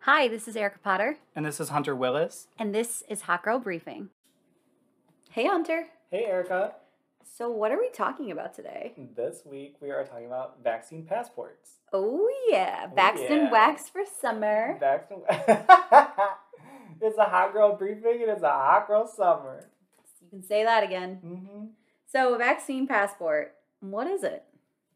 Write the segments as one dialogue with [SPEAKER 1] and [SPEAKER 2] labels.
[SPEAKER 1] Hi, this is Erica Potter,
[SPEAKER 2] And this is Hunter Willis.
[SPEAKER 1] and this is Hot Girl Briefing. Hey, Hunter.
[SPEAKER 2] Hey, Erica.
[SPEAKER 1] So, what are we talking about today?
[SPEAKER 2] This week we are talking about vaccine passports.
[SPEAKER 1] Oh, yeah. Waxed
[SPEAKER 2] yeah.
[SPEAKER 1] and waxed for summer.
[SPEAKER 2] Vaccine. it's a hot girl briefing and it's a hot girl summer.
[SPEAKER 1] You can say that again.
[SPEAKER 2] hmm
[SPEAKER 1] So, a vaccine passport, what is it?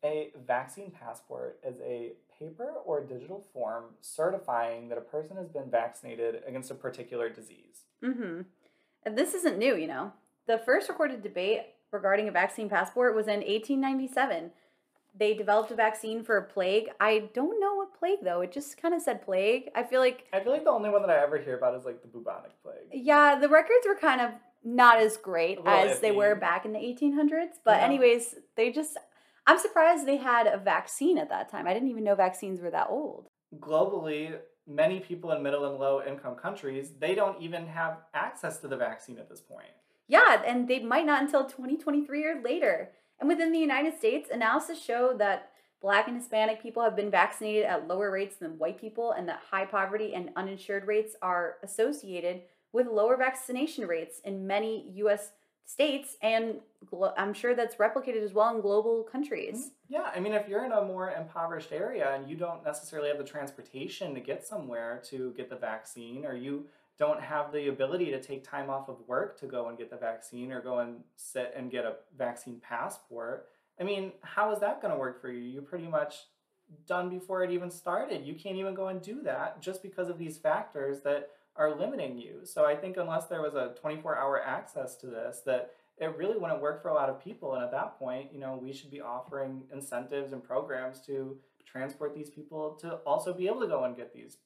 [SPEAKER 2] A vaccine passport is a paper or digital form certifying that a person has been vaccinated against a particular disease.
[SPEAKER 1] Mm-hmm. And this isn't new, you know. The first recorded debate regarding a vaccine passport was in 1897. They developed a vaccine for a plague. I don't know what plague, though. It just kind of said plague. I feel like
[SPEAKER 2] I feel like the only one that I ever hear about is like the bubonic plague.
[SPEAKER 1] Yeah, the records were kind of not as great
[SPEAKER 2] A little
[SPEAKER 1] as they were
[SPEAKER 2] iffy.
[SPEAKER 1] back in the 1800s. But,
[SPEAKER 2] Yeah.
[SPEAKER 1] anyways, they just, I'm surprised they had a vaccine at that time. I didn't even know vaccines were that old.
[SPEAKER 2] Globally, many people in middle and low income countries, they don't even have access to the vaccine at this point.
[SPEAKER 1] Yeah, and they might not until 2023 or later. And within the United States, analysis show that black and Hispanic people have been vaccinated at lower rates than white people, and that high poverty and uninsured rates are associated with lower vaccination rates in many U.S. states, and glo- I'm sure that's replicated as well in global countries.
[SPEAKER 2] Mm-hmm. Yeah, I mean, if you're in a more impoverished area and you don't necessarily have the transportation to get somewhere to get the vaccine, or you don't have the ability to take time off of work to go and get the vaccine, or go and sit and get a vaccine passport, I mean, how is that going to work for you? You're pretty much done before it even started. You can't even go and do that just because of these factors that are limiting you. So I think unless there was a 24 hour access to this, that it really wouldn't work for a lot of people. And at that point, you know, we should be offering incentives and programs to transport these people to also be able to go and get these.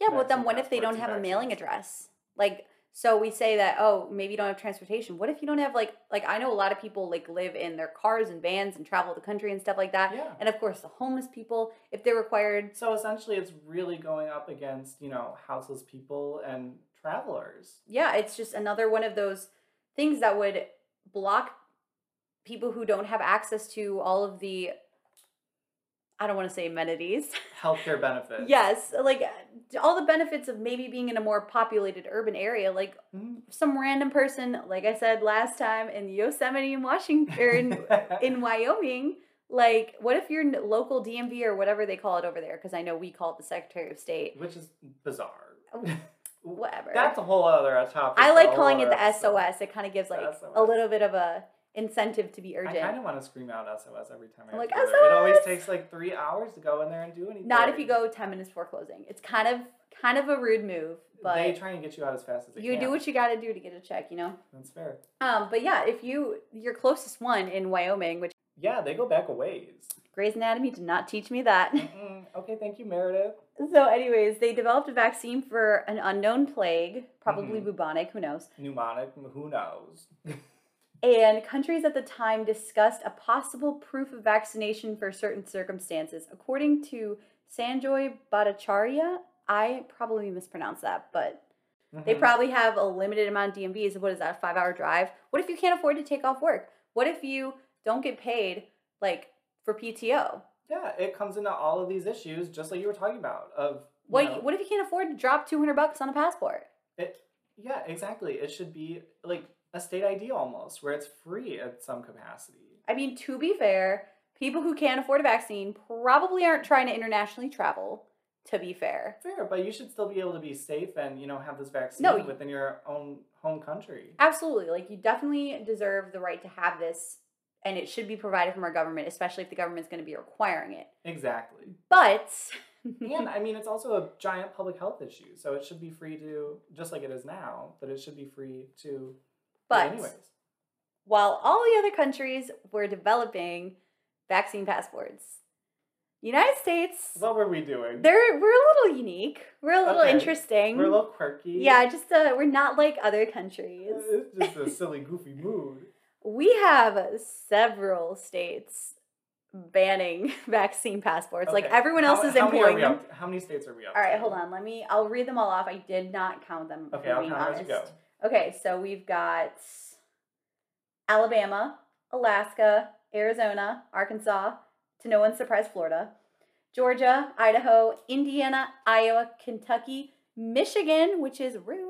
[SPEAKER 1] Yeah, but then
[SPEAKER 2] Vaccine
[SPEAKER 1] what if they don't
[SPEAKER 2] passports and
[SPEAKER 1] have a mailing
[SPEAKER 2] vaccines.
[SPEAKER 1] address? Like, so we say that, oh, maybe you don't have transportation. What if you don't have like, like I know a lot of people like live in their cars and vans and travel the country and stuff like that.
[SPEAKER 2] Yeah.
[SPEAKER 1] And of course, the homeless people, if they're required,
[SPEAKER 2] So essentially, it's really going up against, you know, houseless people and travelers.
[SPEAKER 1] yeah, it's just another one of those things that would block people who don't have access to all of the, I don't want to say amenities.
[SPEAKER 2] Healthcare benefits.
[SPEAKER 1] yes, like all the benefits of maybe being in a more populated urban area, like
[SPEAKER 2] Mhm.
[SPEAKER 1] some random person, like I said last time, in Yosemite in Washington or in, in Wyoming. Like, what if your n- local DMV or whatever they call it over there? Because I know we call it the Secretary of State.
[SPEAKER 2] Which is bizarre.
[SPEAKER 1] Whatever.
[SPEAKER 2] That's a whole other topic.
[SPEAKER 1] I
[SPEAKER 2] for a
[SPEAKER 1] like
[SPEAKER 2] whole
[SPEAKER 1] calling it
[SPEAKER 2] other
[SPEAKER 1] the
[SPEAKER 2] episode.
[SPEAKER 1] SOS. It kind of gives like a
[SPEAKER 2] SOS.
[SPEAKER 1] little bit of a incentive to be
[SPEAKER 2] I
[SPEAKER 1] urgent.
[SPEAKER 2] kind of want to scream out SOS every time I
[SPEAKER 1] I'm like,
[SPEAKER 2] do it. It always
[SPEAKER 1] "SOS!"
[SPEAKER 2] takes like three hours to go in there and do anything.
[SPEAKER 1] Not if you go ten minutes before closing. It's kind of kind of a rude move,
[SPEAKER 2] they
[SPEAKER 1] but
[SPEAKER 2] try and get you out as fast as they
[SPEAKER 1] you
[SPEAKER 2] can.
[SPEAKER 1] do what you got to do to get a check. You know.
[SPEAKER 2] That's fair.
[SPEAKER 1] Um, but yeah, if you your closest one in Wyoming, which
[SPEAKER 2] Yeah, they go back a ways.
[SPEAKER 1] Grey's Anatomy did not teach me that.
[SPEAKER 2] Mm-mm. Okay, thank you, Meredith.
[SPEAKER 1] So, anyways, they developed a vaccine for an unknown plague, probably
[SPEAKER 2] Mhm.
[SPEAKER 1] bubonic, who knows.
[SPEAKER 2] Pneumonic, who knows?
[SPEAKER 1] And countries at the time discussed a possible proof of vaccination for certain circumstances. According to Sanjoy Bhattacharya, I probably mispronounced that, but they
[SPEAKER 2] Mhm.
[SPEAKER 1] probably have a limited amount of DMVs. What is that, a five hour drive? What if you can't afford to take off work? What if you don't get paid, like, for PTO?
[SPEAKER 2] yeah, it comes into all of these issues, just like you were talking about. Of
[SPEAKER 1] What,
[SPEAKER 2] you know,
[SPEAKER 1] what if you can't afford to drop 200 bucks on a passport?
[SPEAKER 2] It, yeah, exactly. It should be like a state ID almost, where it's free at some capacity.
[SPEAKER 1] I mean, to be fair, people who can't afford a vaccine probably aren't trying to internationally travel, to be fair.
[SPEAKER 2] Fair, but you should still be able to be safe and you know have this vaccine
[SPEAKER 1] No, y-
[SPEAKER 2] within your own home country.
[SPEAKER 1] Absolutely. Like, you definitely deserve the right to have this, and it should be provided from our government, especially if the government's going to be requiring it.
[SPEAKER 2] Exactly.
[SPEAKER 1] But, Mm-hmm.
[SPEAKER 2] And I mean, it's also a giant public health issue, so it should be free to just like it is now, but it should be free to.
[SPEAKER 1] but
[SPEAKER 2] anyways,
[SPEAKER 1] while all the other countries were developing vaccine passports, United States,
[SPEAKER 2] what were we doing?
[SPEAKER 1] they're, we're a little unique. We're a little
[SPEAKER 2] Okay.
[SPEAKER 1] interesting.
[SPEAKER 2] We're a little quirky.
[SPEAKER 1] yeah, just uh, we're not like other countries.
[SPEAKER 2] It's just a silly, goofy mood.
[SPEAKER 1] We have several states banning vaccine passports. Like
[SPEAKER 2] Okay.
[SPEAKER 1] everyone else
[SPEAKER 2] How-
[SPEAKER 1] is
[SPEAKER 2] how many are
[SPEAKER 1] employing
[SPEAKER 2] we
[SPEAKER 1] them.
[SPEAKER 2] up- how many states are we up?
[SPEAKER 1] All right,
[SPEAKER 2] to?
[SPEAKER 1] hold on. Let me. I'll read them all off. I did not count them. if
[SPEAKER 2] Okay,
[SPEAKER 1] I'm
[SPEAKER 2] I'll
[SPEAKER 1] being
[SPEAKER 2] count as you go.
[SPEAKER 1] honest. Okay, so we've got Alabama, Alaska, Arizona, Arkansas. To no one's surprise, Florida, Georgia, Idaho, Indiana, Iowa, Kentucky, Michigan, which is rude,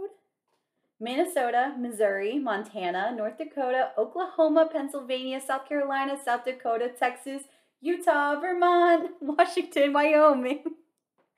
[SPEAKER 1] Minnesota, Missouri, Montana, North Dakota, Oklahoma, Pennsylvania, South Carolina, South Dakota, Texas, Utah, Vermont, Washington, Wyoming.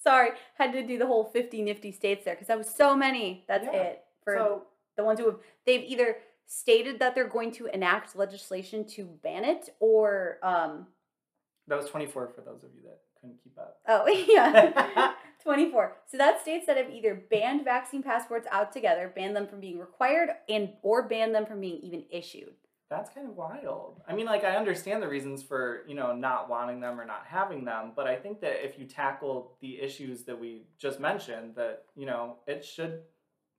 [SPEAKER 1] Sorry, had to do the whole 50 nifty states there because that was so many. That's
[SPEAKER 2] Yeah.
[SPEAKER 1] it for
[SPEAKER 2] so
[SPEAKER 1] the ones who have they've either stated that they're going to enact legislation to ban it or um
[SPEAKER 2] that was 24 for those of you that couldn't keep up.
[SPEAKER 1] oh yeah 24 so that states that have either banned vaccine passports out together banned them from being required and or banned them from being even issued
[SPEAKER 2] That's kind of wild. I mean, like, I understand the reasons for, you know, not wanting them or not having them, but I think that if you tackle the issues that we just mentioned, that, you know, it should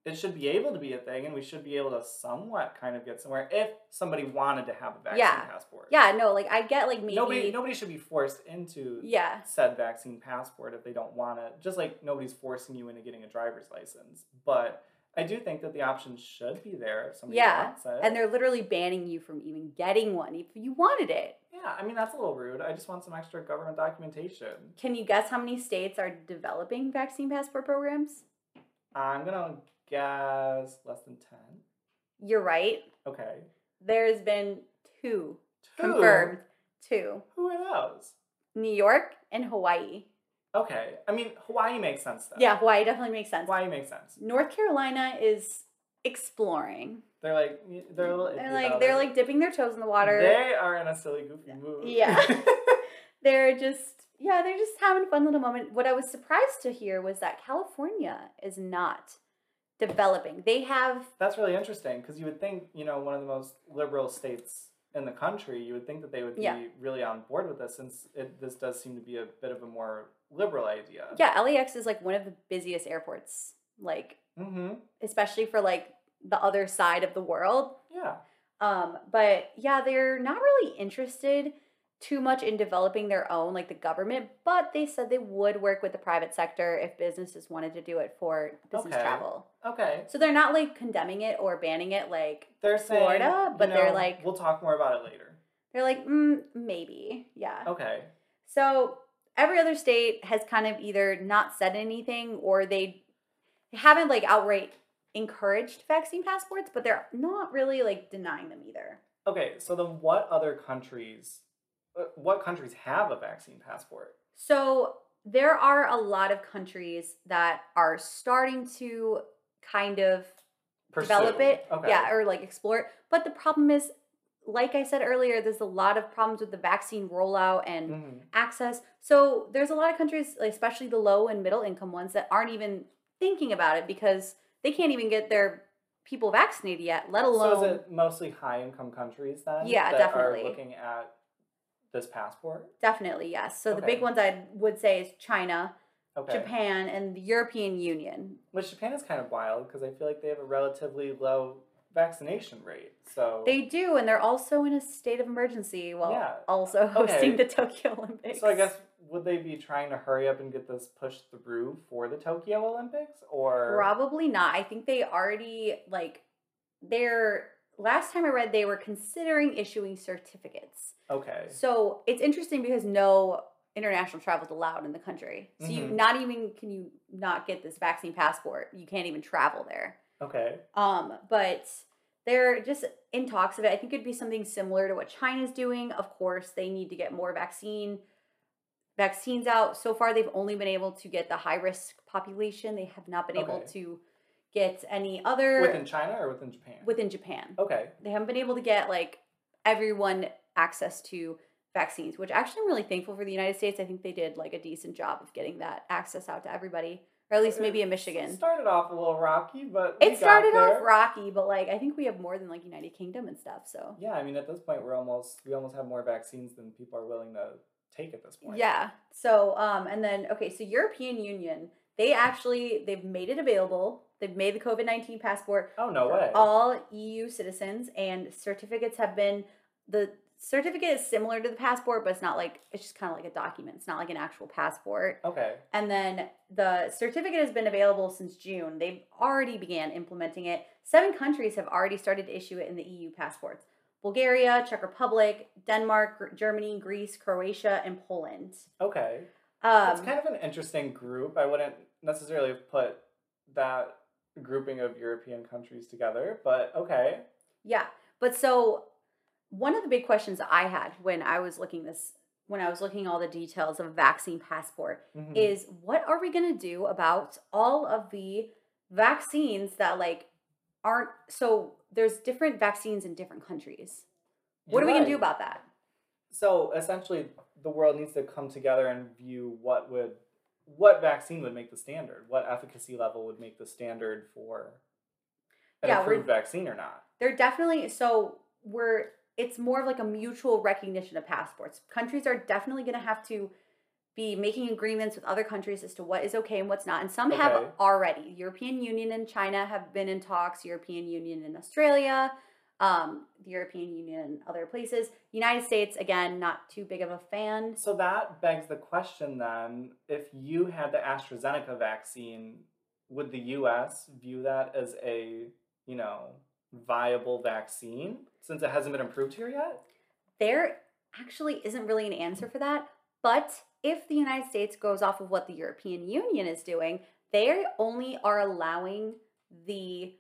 [SPEAKER 2] it should be able to be a thing and we should be able to somewhat kind of get somewhere if somebody wanted to have a vaccine
[SPEAKER 1] Yeah.
[SPEAKER 2] passport.
[SPEAKER 1] yeah no like i get like maybe
[SPEAKER 2] Nobody nobody should be forced into
[SPEAKER 1] yeah
[SPEAKER 2] said vaccine passport if they don't want it. Just like nobody's forcing you into getting a driver's license. But I do think that the option should be there if somebody
[SPEAKER 1] Yeah,
[SPEAKER 2] wants it.
[SPEAKER 1] and they're literally banning you from even getting one if you wanted it
[SPEAKER 2] Yeah, I mean that's a little rude. I just want some extra government documentation.
[SPEAKER 1] can you guess how many states are developing vaccine passport programs
[SPEAKER 2] I'm gonna guess less than ten.
[SPEAKER 1] you're right
[SPEAKER 2] Okay.
[SPEAKER 1] there's been two
[SPEAKER 2] Two.
[SPEAKER 1] confirmed two
[SPEAKER 2] Who are those?
[SPEAKER 1] new york and hawaii
[SPEAKER 2] Okay. I mean Hawaii makes sense though.
[SPEAKER 1] yeah hawaii definitely makes sense
[SPEAKER 2] Hawaii makes sense.
[SPEAKER 1] north carolina is exploring
[SPEAKER 2] They're like they're a little
[SPEAKER 1] they're
[SPEAKER 2] iffy
[SPEAKER 1] like
[SPEAKER 2] about
[SPEAKER 1] they're
[SPEAKER 2] it.
[SPEAKER 1] like dipping their toes in the water
[SPEAKER 2] They are in a silly goofy mood.
[SPEAKER 1] Yeah. they're just yeah they're just having a fun little moment what i was surprised to hear was that california is not developing they have
[SPEAKER 2] That's really interesting because you would think, you know, one of the most liberal states in the country, you would think that they would be
[SPEAKER 1] Yeah.
[SPEAKER 2] really on board with this since it, this does seem to be a bit of a more liberal idea.
[SPEAKER 1] yeah lax is like one of the busiest airports like
[SPEAKER 2] Mm-hmm.
[SPEAKER 1] especially for like the other side of the world
[SPEAKER 2] Yeah.
[SPEAKER 1] Um, but yeah, they're not really interested too much in developing their own, like the government, but they said they would work with the private sector if businesses wanted to do it for business
[SPEAKER 2] Okay.
[SPEAKER 1] travel.
[SPEAKER 2] Okay.
[SPEAKER 1] So they're not like condemning it or banning it. Like
[SPEAKER 2] they're saying
[SPEAKER 1] Florida,
[SPEAKER 2] you
[SPEAKER 1] but they're
[SPEAKER 2] know,
[SPEAKER 1] like-
[SPEAKER 2] we'll talk more about it later.
[SPEAKER 1] they're like, mm, maybe, yeah.
[SPEAKER 2] Okay,
[SPEAKER 1] So every other state has kind of either not said anything or they they haven't like outright encouraged vaccine passports, but they're not really like denying them either.
[SPEAKER 2] okay. So then, what other countries? uh, What countries have a vaccine passport?
[SPEAKER 1] So there are a lot of countries that are starting to kind of develop
[SPEAKER 2] Pursue.
[SPEAKER 1] it,
[SPEAKER 2] Okay.
[SPEAKER 1] yeah, or like explore it. But the problem is, like I said earlier, there's a lot of problems with the vaccine rollout and
[SPEAKER 2] Mhm.
[SPEAKER 1] access. So there's a lot of countries, like, especially the low and middle income ones, that aren't even thinking about it because they can't even get their people vaccinated yet, let alone
[SPEAKER 2] So is it mostly high income countries then?
[SPEAKER 1] Yeah,
[SPEAKER 2] that
[SPEAKER 1] definitely.
[SPEAKER 2] Are looking at this passport.
[SPEAKER 1] definitely yes. So the big
[SPEAKER 2] Okay.
[SPEAKER 1] ones I would say is China,
[SPEAKER 2] Okay.
[SPEAKER 1] Japan, and the European Union.
[SPEAKER 2] Which Japan is kind of wild because I feel like they have a relatively low vaccination rate. So
[SPEAKER 1] They do, and they're also in a state of emergency while
[SPEAKER 2] Yeah.
[SPEAKER 1] also hosting
[SPEAKER 2] Okay.
[SPEAKER 1] the Tokyo Olympics.
[SPEAKER 2] So I guess would they be trying to hurry up and get this pushed through for the Tokyo Olympics or
[SPEAKER 1] probably not. I think they already like they're last time I read they were considering issuing certificates.
[SPEAKER 2] okay?
[SPEAKER 1] So it's interesting because no international travel is allowed in the country. So you
[SPEAKER 2] Mhm.
[SPEAKER 1] not even can you not get this vaccine passport. You can't even travel there.
[SPEAKER 2] Okay.
[SPEAKER 1] Um, but they're just in talks of it. I think it'd be something similar to what China's doing. Of course, they need to get more vaccine vaccines out. So far, they've only been able to get the high risk population. They have not been able
[SPEAKER 2] Okay.
[SPEAKER 1] to get any other
[SPEAKER 2] Within China or within Japan?
[SPEAKER 1] within Japan.
[SPEAKER 2] Okay.
[SPEAKER 1] They haven't been able to get like everyone access to vaccines, which actually I'm really thankful for the United States. I think they did like a decent job of getting that access out to everybody, or at least maybe in Michigan.
[SPEAKER 2] It started off a little rocky, but we
[SPEAKER 1] It started
[SPEAKER 2] got
[SPEAKER 1] off
[SPEAKER 2] there.
[SPEAKER 1] rocky, but like I think we have more than like United Kingdom and stuff. So
[SPEAKER 2] Yeah, I mean, at this point, we're almost we almost have more vaccines than people are willing to take at this point.
[SPEAKER 1] yeah. So um and then okay, so European Union, they actually they've made it available. They've made the COVID nineteen passport
[SPEAKER 2] Oh no
[SPEAKER 1] for
[SPEAKER 2] way.
[SPEAKER 1] all EU citizens, and certificates have been the certificate is similar to the passport, but it's not like it's just kind of like a document. It's not like an actual passport.
[SPEAKER 2] okay.
[SPEAKER 1] And then the certificate has been available since June. They've already began implementing it. Seven countries have already started to issue it in the EU E passports. Bulgaria, Czech Republic, Denmark, Gr- Germany, Greece, Croatia, and Poland.
[SPEAKER 2] Okay.
[SPEAKER 1] Um,
[SPEAKER 2] It's kind of an interesting group. I wouldn't necessarily have put that grouping of European countries together, but okay.
[SPEAKER 1] Yeah. But so one of the big questions I had when I was looking this when I was looking all the details of a vaccine passport
[SPEAKER 2] Mhm.
[SPEAKER 1] is what are we going to do about all of the vaccines that like aren't so there's different vaccines in different countries. What are we going to do
[SPEAKER 2] Right.
[SPEAKER 1] about that?
[SPEAKER 2] So essentially, the world needs to come together and view what would what vaccine would make the standard, what efficacy level would make the standard for an
[SPEAKER 1] Yeah, we're-
[SPEAKER 2] approved vaccine or not.
[SPEAKER 1] They're definitely so we're it's more of like a mutual recognition of passports. Countries are definitely going to have to be making agreements with other countries as to what is okay and what's not. And some have
[SPEAKER 2] Okay.
[SPEAKER 1] already. European Union and China have been in talks. European Union and Australia, um, the European Union and other places. United States again, not too big of a fan.
[SPEAKER 2] So that begs the question then if you had the AstraZeneca vaccine, would the US view that as a, you know, viable vaccine since it hasn't been approved here yet?
[SPEAKER 1] There actually isn't really an answer for that. But if the United States goes off of what the European Union is doing, they only are allowing the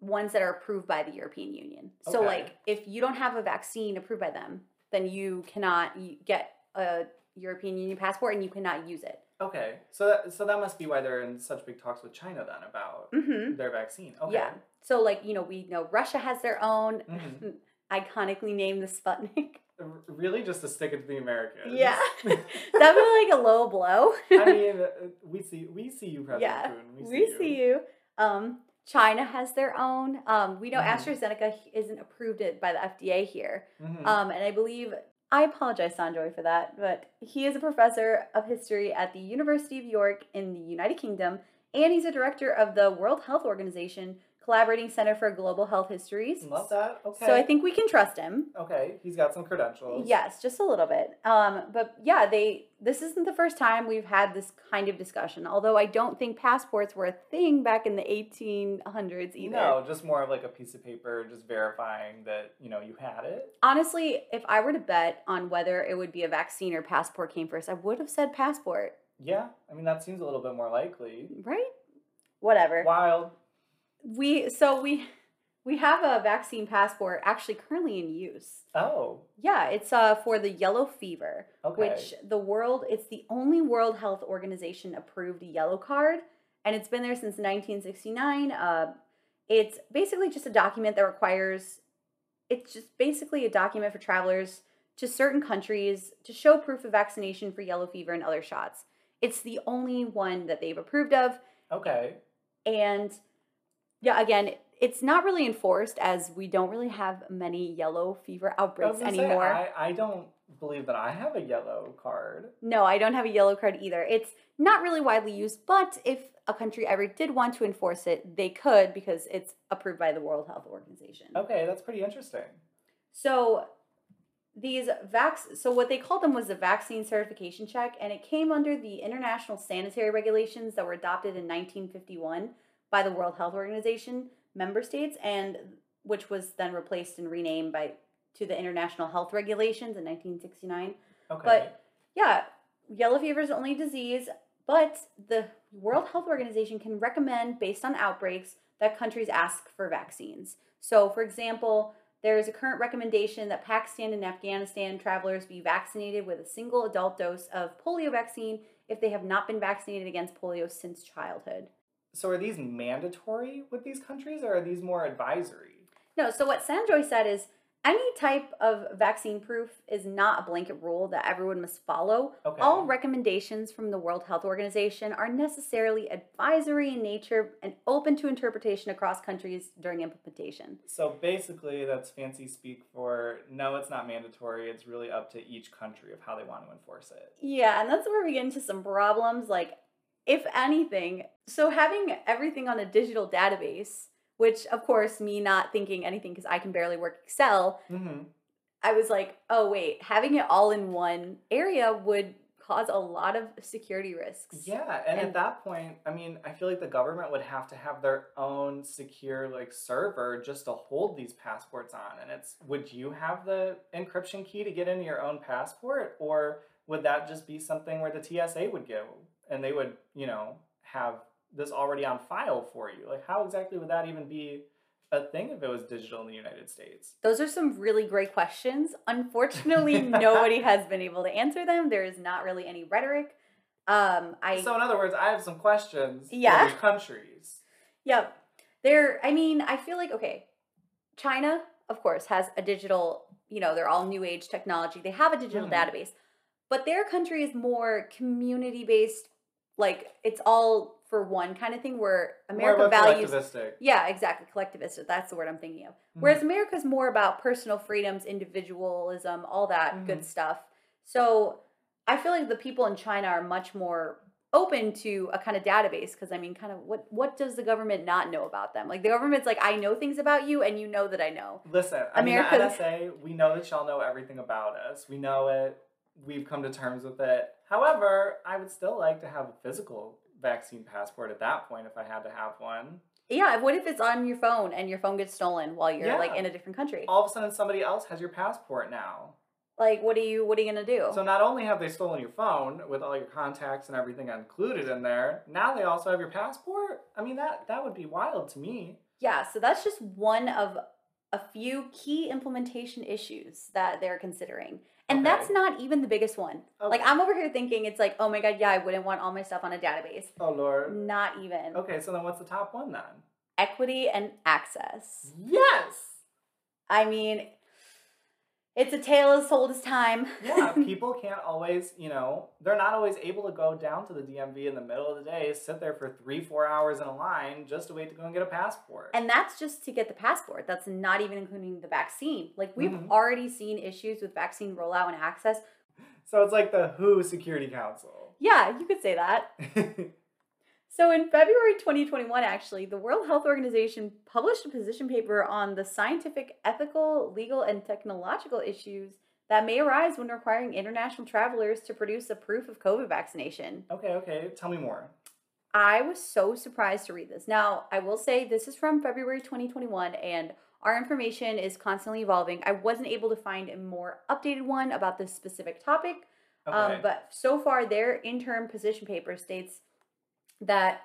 [SPEAKER 1] ones that are approved by the European Union. So,
[SPEAKER 2] Okay.
[SPEAKER 1] like, if you don't have a vaccine approved by them, then you cannot y- get a European Union passport and you cannot use it.
[SPEAKER 2] Okay. So that, so that must be why they're in such big talks with China then about
[SPEAKER 1] Mm-hmm.
[SPEAKER 2] their vaccine. Okay.
[SPEAKER 1] Yeah. So, like, you know, we know Russia has their own
[SPEAKER 2] Mhm.
[SPEAKER 1] iconically named the Sputnik.
[SPEAKER 2] R- really just to stick it to the Americans.
[SPEAKER 1] Yeah. that would be like a low blow.
[SPEAKER 2] I mean, uh, we see we see you President
[SPEAKER 1] Yeah,
[SPEAKER 2] Putin. We see
[SPEAKER 1] We
[SPEAKER 2] you.
[SPEAKER 1] see you. Um, China has their own. Um, we know
[SPEAKER 2] Mhm.
[SPEAKER 1] AstraZeneca h- isn't approved it by the FDA here.
[SPEAKER 2] Mhm.
[SPEAKER 1] Um, and I believe, I apologize, Sanjoy, for that, but he is a professor of history at the University of York in the United Kingdom, and he's a director of the World Health Organization Collaborating Center for Global Health Histories.
[SPEAKER 2] Love that. Okay.
[SPEAKER 1] So I think we can trust him.
[SPEAKER 2] okay, he's got some credentials.
[SPEAKER 1] Yes, just a little bit. Um, but yeah, they this isn't the first time we've had this kind of discussion. Although I don't think passports were a thing back in the 1800s either.
[SPEAKER 2] No, just more of like a piece of paper, just verifying that you know you had it.
[SPEAKER 1] Honestly, if I were to bet on whether it would be a vaccine or passport came first, I would have said passport,
[SPEAKER 2] Yeah, I mean that seems a little bit more likely.
[SPEAKER 1] right? Whatever.
[SPEAKER 2] Wild.
[SPEAKER 1] We so we we have a vaccine passport actually currently in use.
[SPEAKER 2] Oh,
[SPEAKER 1] Yeah, it's uh for the yellow fever.
[SPEAKER 2] okay.
[SPEAKER 1] which the world it's the only world health organization approved yellow card and it's been there since 1969 uh, it's basically just a document that requires it's just basically a document for travelers to certain countries to show proof of vaccination for yellow fever and other shots it's the only one that they've approved of
[SPEAKER 2] okay.
[SPEAKER 1] and yeah again it's not really enforced as we don't really have many yellow fever
[SPEAKER 2] I was
[SPEAKER 1] outbreaks
[SPEAKER 2] gonna say,
[SPEAKER 1] anymore
[SPEAKER 2] I, I don't believe that I have a yellow card.
[SPEAKER 1] No, I don't have a yellow card either. It's not really widely used, but if a country ever did want to enforce it, they could because it's approved by the World Health Organization.
[SPEAKER 2] Okay, that's pretty interesting.
[SPEAKER 1] So these vax so what they called them was the vaccine certification check and it came under the international sanitary regulations that were adopted in 1951 by the World Health Organization member states and which was then replaced and renamed by to the International Health Regulations in 1969.
[SPEAKER 2] Okay.
[SPEAKER 1] But yeah, yellow fever is the only disease, but the World Health Organization can recommend based on outbreaks that countries ask for vaccines. So, for example, there is a current recommendation that Pakistan and Afghanistan travelers be vaccinated with a single adult dose of polio vaccine if they have not been vaccinated against polio since childhood.
[SPEAKER 2] so are these mandatory with these countries, or are these more advisory?
[SPEAKER 1] No, so what Sanjoy said is any type of vaccine proof is not a blanket rule that everyone must follow.
[SPEAKER 2] Okay.
[SPEAKER 1] All recommendations from the World Health Organization are necessarily advisory in nature and open to interpretation across countries during implementation.
[SPEAKER 2] So basically, that's fancy speak for no, it's not mandatory. It's really up to each country of how they want to enforce it.
[SPEAKER 1] Yeah, and that's where we get into some problems. Like, if anything, so having everything on a digital database, which of course, me not thinking anything because I can barely work Excel,
[SPEAKER 2] Mm-hmm.
[SPEAKER 1] I was like, oh, wait, having it all in one area would cause a lot of security risks.
[SPEAKER 2] Yeah, and,
[SPEAKER 1] And-
[SPEAKER 2] at that point, I mean, I feel like the government would have to have their own secure like server just to hold these passports on. And it's would you have the encryption key to get into your own passport, or would that just be something where the TSA would give and they would, you know, have this already on file for you? Like, how exactly would that even be a thing if it was digital in the United States?
[SPEAKER 1] Those are some really great questions. Unfortunately, nobody has been able to answer them. There is not really any rhetoric. Um, I
[SPEAKER 2] so, in other words, I have some questions. for
[SPEAKER 1] Yeah.
[SPEAKER 2] these countries.
[SPEAKER 1] Yep. They're, I mean, I feel like, okay, China, of course, has a digital, you know, they're all new age technology. They have a digital
[SPEAKER 2] Mhm.
[SPEAKER 1] database, but their country is more community based, like it's all for one kind of thing where
[SPEAKER 2] More
[SPEAKER 1] America
[SPEAKER 2] of a
[SPEAKER 1] values.
[SPEAKER 2] collectivistic.
[SPEAKER 1] Yeah, exactly. Collectivist. That's the word I'm thinking of.
[SPEAKER 2] Mm.
[SPEAKER 1] Whereas America's more about personal freedoms, individualism, all that
[SPEAKER 2] Mm-hmm.
[SPEAKER 1] good stuff. So I feel like the people in China are much more open to a kind of database because I mean, kind of what what does the government not know about them? Like the government's like, I know things about you, and you know that I know.
[SPEAKER 2] Listen, I mean,
[SPEAKER 1] America-
[SPEAKER 2] the NSA, we know that y'all know everything about us. We know it. We've come to terms with it. However, I would still like to have a physical vaccine passport at that point if I had to have one.
[SPEAKER 1] Yeah. What if it's on your phone and your phone gets stolen while you're like
[SPEAKER 2] Yeah.
[SPEAKER 1] in a different country?
[SPEAKER 2] All of a sudden, somebody else has your passport now.
[SPEAKER 1] Like, what are you what are you gonna do?
[SPEAKER 2] So not only have they stolen your phone with all your contacts and everything included in there, now they also have your passport. I mean, that that would be wild to me.
[SPEAKER 1] Yeah, so that's just one of a few key implementation issues that they're considering. And
[SPEAKER 2] Okay.
[SPEAKER 1] that's not even the biggest one. Like
[SPEAKER 2] Okay.
[SPEAKER 1] I'm over here thinking it's like, oh my god, yeah, I wouldn't want all my stuff on a database.
[SPEAKER 2] Oh lord.
[SPEAKER 1] Not even.
[SPEAKER 2] Okay, so then what's the top one then?
[SPEAKER 1] Equity and
[SPEAKER 2] Mm-hmm.
[SPEAKER 1] access.
[SPEAKER 2] Yes.
[SPEAKER 1] I mean, it's a tale as old as time.
[SPEAKER 2] yeah, people can't always, you know, they're not always able to go down to the DMV in the middle of the day, sit there for three, four hours in a line just to wait to go and get a passport.
[SPEAKER 1] And that's just to get the passport. That's not even including the vaccine. Like we've
[SPEAKER 2] Mhm.
[SPEAKER 1] already seen issues with vaccine rollout and access.
[SPEAKER 2] so it's like the WHO Security Council.
[SPEAKER 1] Yeah, you could say that. So in February 2021, actually, the World Health Organization published a position paper on the scientific, ethical, legal, and technological issues that may arise when requiring international travelers to produce a proof of COVID vaccination.
[SPEAKER 2] okay, okay, tell me more.
[SPEAKER 1] I was so surprised to read this. Now, I will say this is from February 2021 and our information is constantly evolving. I wasn't able to find a more updated one about this specific topic,
[SPEAKER 2] Okay.
[SPEAKER 1] um, but so far, their interim position paper states that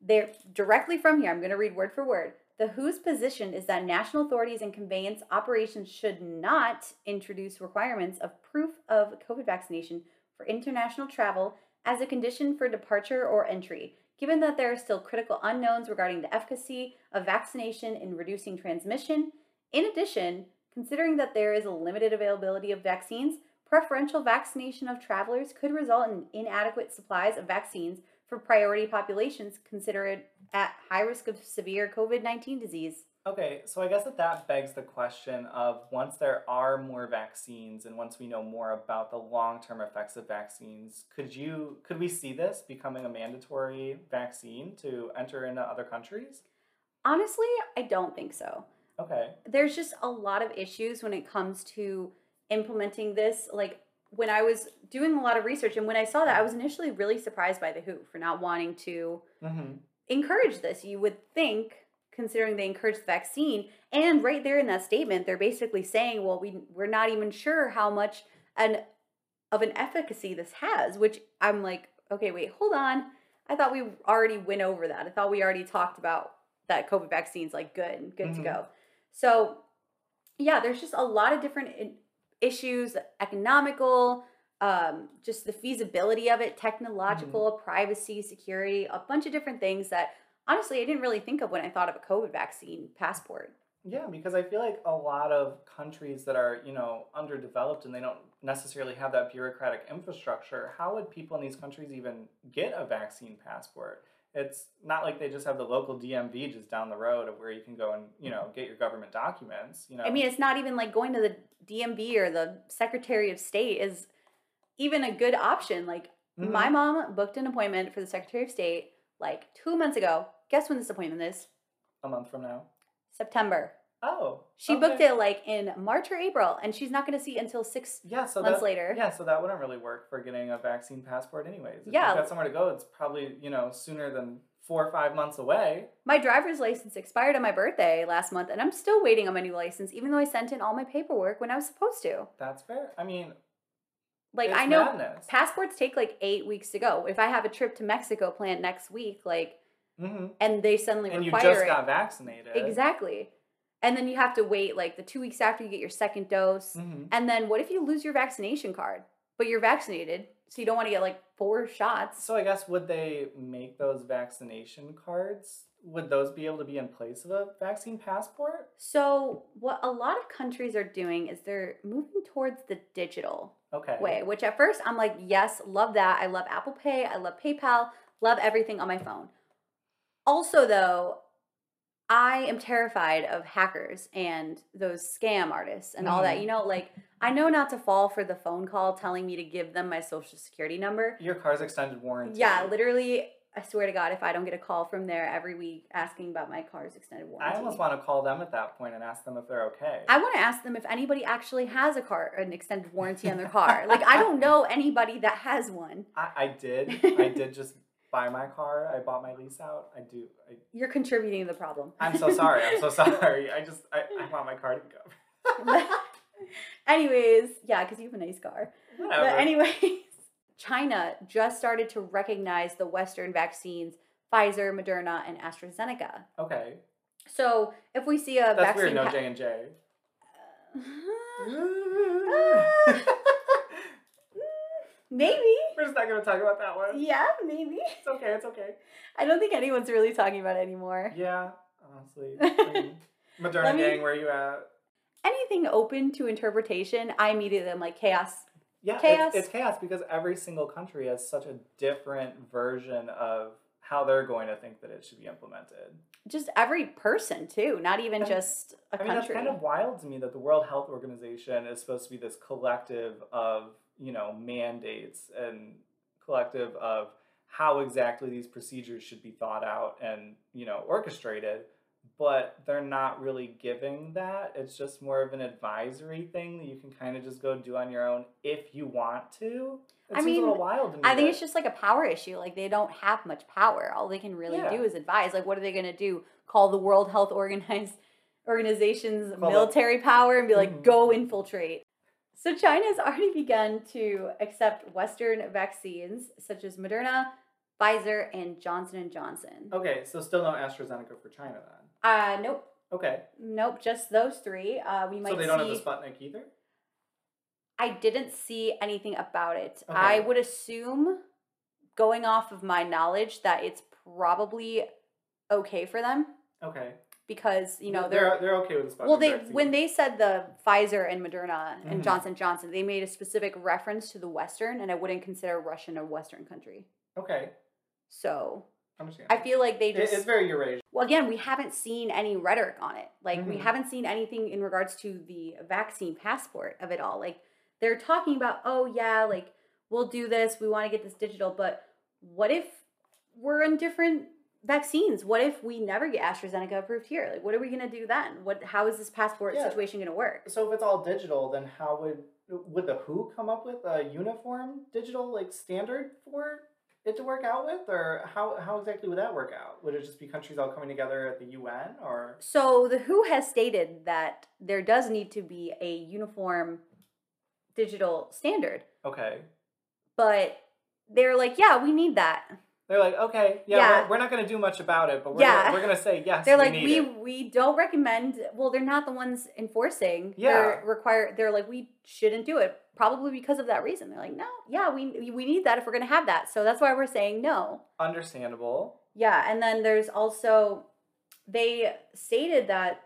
[SPEAKER 1] they're directly from here. I'm going to read word for word. The WHO's position is that national authorities and conveyance operations should not introduce requirements of proof of COVID vaccination for international travel as a condition for departure or entry, given that there are still critical unknowns regarding the efficacy of vaccination in reducing transmission. In addition, considering that there is a limited availability of vaccines, preferential vaccination of travelers could result in inadequate supplies of vaccines for priority populations considered at high risk of severe COVID 19 disease.
[SPEAKER 2] Okay, so I guess that that begs the question of once there are more vaccines and once we know more about the long-term effects of vaccines, could you could we see this becoming a mandatory vaccine to enter into other countries?
[SPEAKER 1] Honestly, I don't think so.
[SPEAKER 2] Okay.
[SPEAKER 1] There's just a lot of issues when it comes to implementing this. Like when I was doing a lot of research and when I saw that, I was initially really surprised by the WHO for not wanting to
[SPEAKER 2] Mhm.
[SPEAKER 1] encourage this. You would think, considering they encourage the vaccine, and right there in that statement, they're basically saying, "Well, we we're not even sure how much an of an efficacy this has." Which I'm like, okay, wait, hold on. I thought we already went over that. I thought we already talked about that COVID vaccine's like good and good
[SPEAKER 2] Mhm.
[SPEAKER 1] to go. So, yeah, there's just a lot of different i- issues, economical, um, just the feasibility of it, technological,
[SPEAKER 2] Mm-hmm.
[SPEAKER 1] privacy, security, a bunch of different things that honestly I didn't really think of when I thought of a COVID vaccine passport.
[SPEAKER 2] Yeah, because I feel like a lot of countries that are, you know, underdeveloped and they don't necessarily have that bureaucratic infrastructure, how would people in these countries even get a vaccine passport? It's not like they just have the local DMV just down the road of where you can go and, you know, get your government documents, you know.
[SPEAKER 1] I mean, it's not even like going to the DMV or the Secretary of State is even a good option. Like
[SPEAKER 2] Mhm.
[SPEAKER 1] my mom booked an appointment for the Secretary of State like two months ago. Guess when this appointment is?
[SPEAKER 2] a month from now.
[SPEAKER 1] September.
[SPEAKER 2] Oh.
[SPEAKER 1] She
[SPEAKER 2] okay.
[SPEAKER 1] booked it like in March or April, and she's not going to see until six
[SPEAKER 2] Yeah, so
[SPEAKER 1] months
[SPEAKER 2] that,
[SPEAKER 1] later.
[SPEAKER 2] Yeah, so that wouldn't really work for getting a vaccine passport, anyways. If
[SPEAKER 1] Yeah.
[SPEAKER 2] you've got somewhere to go, it's probably you know sooner than four or five months away.
[SPEAKER 1] My driver's license expired on my birthday last month, and I'm still waiting on my new license, even though I sent in all my paperwork when I was supposed to.
[SPEAKER 2] That's fair. I mean,
[SPEAKER 1] Like,
[SPEAKER 2] it's
[SPEAKER 1] I know
[SPEAKER 2] madness.
[SPEAKER 1] passports take like eight weeks to go. If I have a trip to Mexico planned next week, like,
[SPEAKER 2] hmm
[SPEAKER 1] and they suddenly
[SPEAKER 2] And you
[SPEAKER 1] require
[SPEAKER 2] just
[SPEAKER 1] it.
[SPEAKER 2] got vaccinated.
[SPEAKER 1] Exactly. And then you have to wait like the two weeks after you get your second dose.
[SPEAKER 2] Mhm.
[SPEAKER 1] And then what if you lose your vaccination card, but you're vaccinated, so you don't want to get like four shots?
[SPEAKER 2] So I guess would they make those vaccination cards? Would those be able to be in place of a vaccine passport?
[SPEAKER 1] So, what a lot of countries are doing is they're moving towards the digital
[SPEAKER 2] Okay.
[SPEAKER 1] way, which at first I'm like, yes, love that. I love Apple Pay, I love PayPal, love everything on my phone. Also, though, I am terrified of hackers and those scam artists and all that.
[SPEAKER 2] Mhm.
[SPEAKER 1] You know, like I know not to fall for the phone call telling me to give them my social security number.
[SPEAKER 2] Your car's extended warranty.
[SPEAKER 1] Yeah, literally, I swear to God, if I don't get a call from there every week asking about my car's extended warranty,
[SPEAKER 2] I almost want to call them at that point and ask them if they're okay.
[SPEAKER 1] I want to ask them if anybody actually has a car, an extended warranty on their car. like, I don't know anybody that has one.
[SPEAKER 2] I, I did. I did just buy my car. I bought my lease out. I do. I,
[SPEAKER 1] You're contributing to the problem.
[SPEAKER 2] I'm so sorry. I'm so sorry. I just I, I want my car to go.
[SPEAKER 1] Anyways, yeah, because you have a nice car.
[SPEAKER 2] Whatever.
[SPEAKER 1] But anyways, China just started to recognize the Western vaccines, Pfizer, Moderna, and AstraZeneca.
[SPEAKER 2] okay.
[SPEAKER 1] So if we see a
[SPEAKER 2] That's
[SPEAKER 1] vaccine,
[SPEAKER 2] weird. No
[SPEAKER 1] pa-
[SPEAKER 2] J and J.
[SPEAKER 1] maybe,
[SPEAKER 2] We're just not gonna talk about that one.
[SPEAKER 1] yeah, maybe.
[SPEAKER 2] It's okay. It's okay.
[SPEAKER 1] I don't think anyone's really talking about it anymore.
[SPEAKER 2] Yeah. Honestly. I mean, Moderna
[SPEAKER 1] Let me-
[SPEAKER 2] gang, where you at?
[SPEAKER 1] Anything open to interpretation, I immediately am like chaos.
[SPEAKER 2] Yeah,
[SPEAKER 1] Chaos.
[SPEAKER 2] It's, it's chaos because every single country has such a different version of how they're going to think that it should be implemented.
[SPEAKER 1] Just every person too, not even
[SPEAKER 2] And-
[SPEAKER 1] just a
[SPEAKER 2] I mean,
[SPEAKER 1] country.
[SPEAKER 2] that's kind of wild to me that the World Health Organization is supposed to be this collective of, you know, mandates and collective of how exactly these procedures should be thought out and, you know, orchestrated, but they're not really giving that. It's just more of an advisory thing that you can kind of just go do on your own if you want to. It
[SPEAKER 1] I
[SPEAKER 2] seems
[SPEAKER 1] mean,
[SPEAKER 2] a little wild to me.
[SPEAKER 1] I think
[SPEAKER 2] that-
[SPEAKER 1] it's just like a power issue. Like they don't have much power. All they can really
[SPEAKER 2] Yeah.
[SPEAKER 1] do is advise. Like what are they going to do? Call the World Health Organized Organization's
[SPEAKER 2] Call the-
[SPEAKER 1] military power and be like,
[SPEAKER 2] Mhm.
[SPEAKER 1] go infiltrate. So China's already begun to accept Western vaccines such as Moderna, Pfizer, and Johnson and Johnson.
[SPEAKER 2] Okay, so still no AstraZeneca for China then.
[SPEAKER 1] Uh, nope,
[SPEAKER 2] Okay,
[SPEAKER 1] nope, just those three. Uh, we might
[SPEAKER 2] so they don't
[SPEAKER 1] see.
[SPEAKER 2] have the Sputnik either?
[SPEAKER 1] I didn't see anything about it.
[SPEAKER 2] Okay.
[SPEAKER 1] I would assume, going off of my knowledge, that it's probably okay for them
[SPEAKER 2] Okay.
[SPEAKER 1] because you know
[SPEAKER 2] they're
[SPEAKER 1] they're,
[SPEAKER 2] they're okay with the Sputnik
[SPEAKER 1] well they
[SPEAKER 2] vaccine.
[SPEAKER 1] when they said the Pfizer and Moderna and
[SPEAKER 2] Mhm.
[SPEAKER 1] Johnson Johnson they made a specific reference to the Western and I wouldn't consider Russian a Western country.
[SPEAKER 2] Okay,
[SPEAKER 1] So
[SPEAKER 2] understand.
[SPEAKER 1] I feel like they
[SPEAKER 2] It-
[SPEAKER 1] just
[SPEAKER 2] it's very Eurasian.
[SPEAKER 1] well again we haven't seen any rhetoric on it like we
[SPEAKER 2] Mhm.
[SPEAKER 1] haven't seen anything in regards to the vaccine passport of it all like they're talking about oh yeah like we'll do this we want to get this digital but what if we're in different vaccines what if we never get astrazeneca approved here like what are we going to do then what how is this passport
[SPEAKER 2] Yeah.
[SPEAKER 1] situation going to work
[SPEAKER 2] So if it's all digital, then how would would the WHO come up with a uniform digital like standard for it to work out with, or how how exactly would that work out? Would it just be countries all coming together at the UN, or
[SPEAKER 1] so the who has stated that there does need to be a uniform digital standard
[SPEAKER 2] okay?
[SPEAKER 1] but they're like yeah we need that
[SPEAKER 2] They're like, okay, yeah,
[SPEAKER 1] Yeah.
[SPEAKER 2] We're, we're not going to do much about it, but we're
[SPEAKER 1] Yeah.
[SPEAKER 2] gonna, we're going to say yes.
[SPEAKER 1] They're
[SPEAKER 2] we
[SPEAKER 1] like
[SPEAKER 2] need
[SPEAKER 1] we
[SPEAKER 2] it."
[SPEAKER 1] we don't recommend. Well, they're not the ones enforcing.
[SPEAKER 2] Yeah.
[SPEAKER 1] They're require. They're like we shouldn't do it. Probably because of that reason. They're like, no, yeah, we we need that if we're gonna have that. So that's why we're saying no.
[SPEAKER 2] understandable.
[SPEAKER 1] Yeah, and then there's also they stated that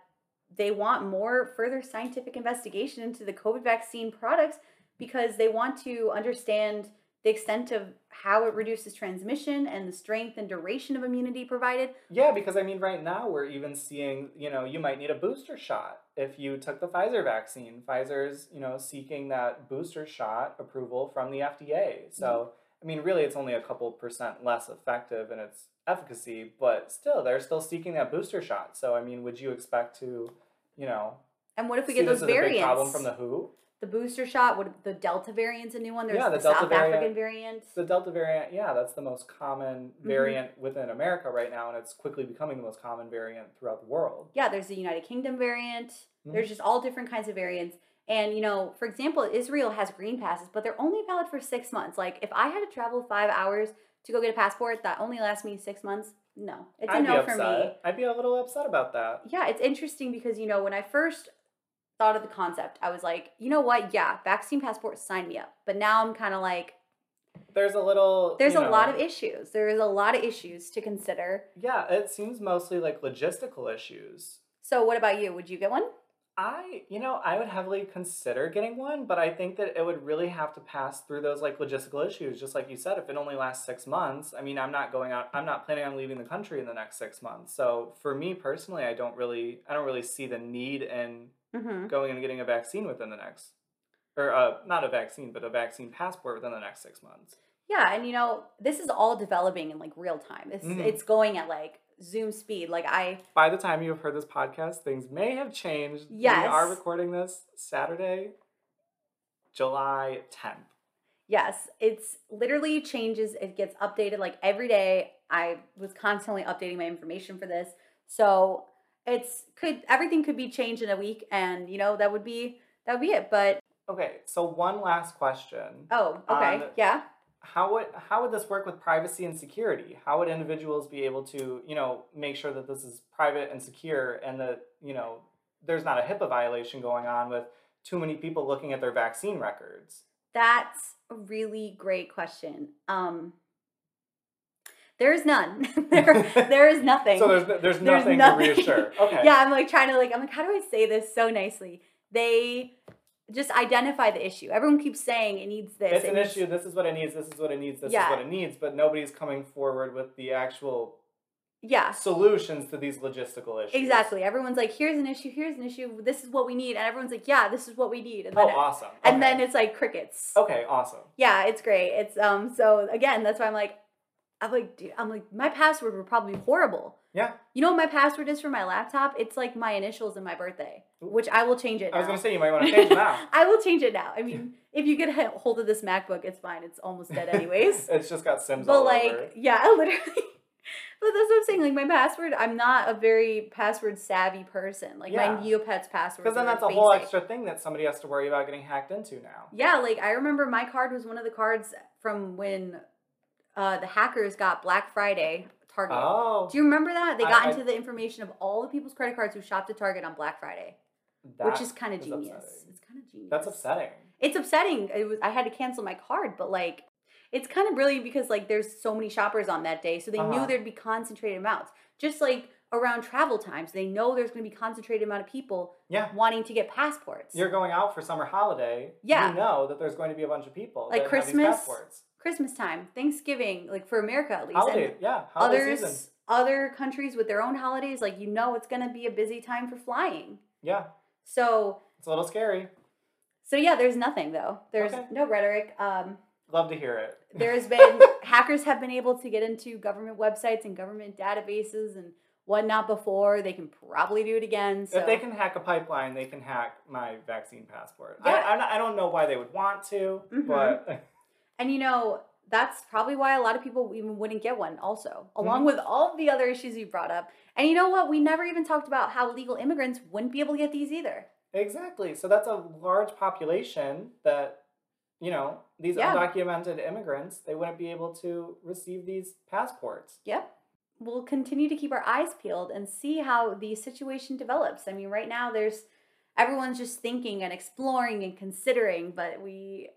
[SPEAKER 1] they want more further scientific investigation into the COVID vaccine products because they want to understand the extent of how it reduces transmission and the strength and duration of immunity provided.
[SPEAKER 2] Yeah, because I mean, right now we're even seeing, you know, you might need a booster shot if you took the Pfizer vaccine. Pfizer's, you know, seeking that booster shot approval from the FDA.
[SPEAKER 1] Mm-hmm.
[SPEAKER 2] So, I mean, really, it's only a couple percent less effective in its efficacy, but still, they're still seeking that booster shot. So, I mean, would you expect to, you know,
[SPEAKER 1] And what if we
[SPEAKER 2] see
[SPEAKER 1] get
[SPEAKER 2] this
[SPEAKER 1] those
[SPEAKER 2] as a big
[SPEAKER 1] variants?
[SPEAKER 2] problem from the WHO.
[SPEAKER 1] the booster shot, what the Delta variant's a new one. There's
[SPEAKER 2] Yeah, the
[SPEAKER 1] the,
[SPEAKER 2] Delta
[SPEAKER 1] South
[SPEAKER 2] variant.
[SPEAKER 1] African variant.
[SPEAKER 2] The Delta variant, yeah, that's the most common
[SPEAKER 1] Mm-hmm.
[SPEAKER 2] variant within America right now, and it's quickly becoming the most common variant throughout the world.
[SPEAKER 1] yeah, there's the United Kingdom variant.
[SPEAKER 2] Mhm.
[SPEAKER 1] There's just all different kinds of variants. And you know, for example, Israel has green passes, but they're only valid for six months. Like if I had to travel five hours to go get a passport, that only lasts me six months. No, it's a
[SPEAKER 2] I'd be
[SPEAKER 1] no for
[SPEAKER 2] upset.
[SPEAKER 1] me.
[SPEAKER 2] I'd be a little upset about that.
[SPEAKER 1] yeah, it's interesting because you know when I first thought of the concept, I was like, you know what? Yeah, vaccine passport, sign me up. But now I'm kind of like,
[SPEAKER 2] There's a little.
[SPEAKER 1] there's
[SPEAKER 2] you
[SPEAKER 1] a lot
[SPEAKER 2] know,
[SPEAKER 1] of issues. There is a lot of issues to consider.
[SPEAKER 2] Yeah, it seems mostly like logistical issues.
[SPEAKER 1] So what about you? Would you get one?
[SPEAKER 2] I, you know, I would heavily consider getting one, but I think that it would really have to pass through those like logistical issues. Just like you said, if it only lasts six months, I mean, I'm not going out, I'm not planning on leaving the country in the next six months. So for me personally, I don't really, I don't really see the need in
[SPEAKER 1] Mm-hmm.
[SPEAKER 2] going and getting a vaccine within the next, or uh, not a vaccine, but a vaccine passport within the next six months.
[SPEAKER 1] Yeah, and you know this is all developing in like real time. It's
[SPEAKER 2] Mhm.
[SPEAKER 1] it's going at like zoom speed. Like I
[SPEAKER 2] By the time you have heard this podcast, things may have changed. We
[SPEAKER 1] Yes.
[SPEAKER 2] are recording this Saturday, July 10th.
[SPEAKER 1] yes, it's literally changes. It gets updated like every day. I was constantly updating my information for this, so it's could everything could be changed in a week, and you know that would be that would be it. But
[SPEAKER 2] Okay, so one last question.
[SPEAKER 1] oh, okay,
[SPEAKER 2] Um,
[SPEAKER 1] yeah,
[SPEAKER 2] How would how would this work with privacy and security? How would individuals be able to, you know, make sure that this is private and secure and that, you know, there's not a HIPAA violation going on with too many people looking at their vaccine records?
[SPEAKER 1] that's a really great question. Um, there is none. there, there is nothing.
[SPEAKER 2] So there's there's nothing,
[SPEAKER 1] nothing.
[SPEAKER 2] to reassure. Okay.
[SPEAKER 1] yeah, I'm like trying to like I'm like, how do I say this so nicely? They just identify the issue. Everyone keeps saying it needs this.
[SPEAKER 2] It's
[SPEAKER 1] it
[SPEAKER 2] an
[SPEAKER 1] needs-
[SPEAKER 2] issue. This is what it needs. This is what it needs. This
[SPEAKER 1] Yeah.
[SPEAKER 2] is what it needs. But nobody's coming forward with the actual
[SPEAKER 1] Yeah,
[SPEAKER 2] solutions to these logistical issues.
[SPEAKER 1] exactly. Everyone's like, here's an issue. Here's an issue. This is what we need, and everyone's like, yeah, this is what we need. And
[SPEAKER 2] Oh,
[SPEAKER 1] then,
[SPEAKER 2] awesome.
[SPEAKER 1] and
[SPEAKER 2] Okay. Oh.
[SPEAKER 1] then it's like crickets.
[SPEAKER 2] okay, awesome.
[SPEAKER 1] Yeah, it's great. It's um. So again, that's why I'm like, I'm like, dude, I'm like, my password would probably be horrible.
[SPEAKER 2] Yeah.
[SPEAKER 1] You know what my password is for my laptop? It's like my initials and my birthday, which I will change it.
[SPEAKER 2] I was
[SPEAKER 1] now.
[SPEAKER 2] gonna say you might want to change now.
[SPEAKER 1] I will change it now. I mean, if you get a hold of this MacBook, it's fine. It's almost dead anyways.
[SPEAKER 2] it's just got Sims
[SPEAKER 1] but
[SPEAKER 2] all
[SPEAKER 1] like,
[SPEAKER 2] over. it.
[SPEAKER 1] yeah, literally. But that's what I'm saying. Like my password, I'm not a very password savvy person. Like
[SPEAKER 2] Yeah.
[SPEAKER 1] my Neopets password.
[SPEAKER 2] Because then that's a whole extra thing that somebody has to worry about getting hacked into now.
[SPEAKER 1] Yeah, like I remember my card was one of the cards from when uh, the hackers got Black Friday Target.
[SPEAKER 2] Oh,
[SPEAKER 1] Do you remember that? They
[SPEAKER 2] I-
[SPEAKER 1] got
[SPEAKER 2] I-
[SPEAKER 1] into the information of all the people's credit cards who shopped at Target on Black Friday, which
[SPEAKER 2] that
[SPEAKER 1] is kind of genius.
[SPEAKER 2] upsetting.
[SPEAKER 1] It's kind of genius.
[SPEAKER 2] That's upsetting.
[SPEAKER 1] it's upsetting. It was I had to cancel my card, but like it's kind of brilliant because like there's so many shoppers on that day, so they
[SPEAKER 2] Uh-huh.
[SPEAKER 1] knew there'd be concentrated amounts. Just like around travel times, they know there's going to be concentrated amount of people
[SPEAKER 2] Yeah.
[SPEAKER 1] wanting to get passports.
[SPEAKER 2] You're going out for summer holiday.
[SPEAKER 1] Yeah.
[SPEAKER 2] You know that there's going to be a bunch of people.
[SPEAKER 1] Like
[SPEAKER 2] that have these
[SPEAKER 1] Christmas,
[SPEAKER 2] passports.
[SPEAKER 1] Christmas time, Thanksgiving, like for America at least,
[SPEAKER 2] Holiday.
[SPEAKER 1] and
[SPEAKER 2] Yeah. Holiday
[SPEAKER 1] others
[SPEAKER 2] season.
[SPEAKER 1] other countries with their own holidays, like you know it's going to be a busy time for flying.
[SPEAKER 2] Yeah.
[SPEAKER 1] So
[SPEAKER 2] It's a little scary.
[SPEAKER 1] so yeah, there's nothing though. There's
[SPEAKER 2] Okay.
[SPEAKER 1] no rhetoric. Um,
[SPEAKER 2] Love to hear it.
[SPEAKER 1] there's been hackers have been able to get into government websites and government databases and whatnot before. They can probably do it again. So
[SPEAKER 2] If they can hack a pipeline, they can hack my vaccine passport.
[SPEAKER 1] Yeah.
[SPEAKER 2] I, I'm not, I don't know why they would want to,
[SPEAKER 1] Mhm.
[SPEAKER 2] but
[SPEAKER 1] and you know that's probably why a lot of people even wouldn't get one. Also,
[SPEAKER 2] Mm-hmm.
[SPEAKER 1] along with all the other issues you brought up. And you know what? We never even talked about how legal immigrants wouldn't be able to get these either.
[SPEAKER 2] exactly. So that's a large population that, you know, these
[SPEAKER 1] Yeah.
[SPEAKER 2] undocumented immigrants, they wouldn't be able to receive these passports.
[SPEAKER 1] Yep. We'll continue to keep our eyes peeled and see how the situation develops. I mean, right now there's everyone's just thinking and exploring and considering, but we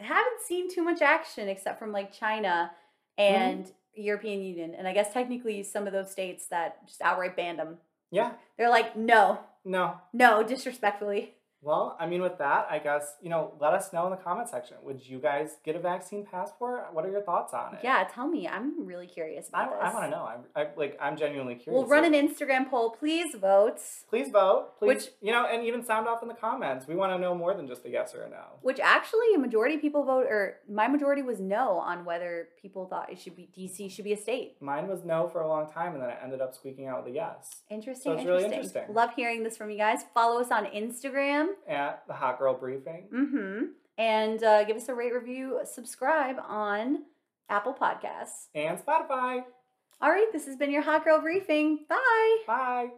[SPEAKER 1] haven't seen too much action except from like China
[SPEAKER 2] Mm-hmm.
[SPEAKER 1] and European Union, and I guess technically some of those states that just outright banned them.
[SPEAKER 2] Yeah.
[SPEAKER 1] They're like, no,
[SPEAKER 2] No.
[SPEAKER 1] no, disrespectfully.
[SPEAKER 2] Well, I mean, with that, I guess, you know, let us know in the comment section. Would you guys get a vaccine passport? What are your thoughts on it?
[SPEAKER 1] Yeah, tell me. I'm really curious
[SPEAKER 2] I,
[SPEAKER 1] about this.
[SPEAKER 2] I want to know. I'm I, like, I'm genuinely curious.
[SPEAKER 1] We'll run
[SPEAKER 2] So
[SPEAKER 1] an Instagram poll. Please vote.
[SPEAKER 2] Please vote. Please,
[SPEAKER 1] Which-
[SPEAKER 2] you know, and even sound off in the comments. We want to know more than just a yes or a no.
[SPEAKER 1] Which actually, a majority of people vote, or my majority was no on whether people thought it should be DC should be a state.
[SPEAKER 2] Mine was no for a long time, and then I ended up squeaking out with a yes
[SPEAKER 1] Interesting,
[SPEAKER 2] it's really
[SPEAKER 1] interesting.
[SPEAKER 2] interesting.
[SPEAKER 1] Love hearing this from you guys. Follow us on Instagram.
[SPEAKER 2] at the hot girl briefing.
[SPEAKER 1] Mm-hmm. And uh, give us a rate, review, subscribe on Apple Podcasts.
[SPEAKER 2] And Spotify.
[SPEAKER 1] All right, this has been your Hot Girl Briefing. Bye.
[SPEAKER 2] Bye.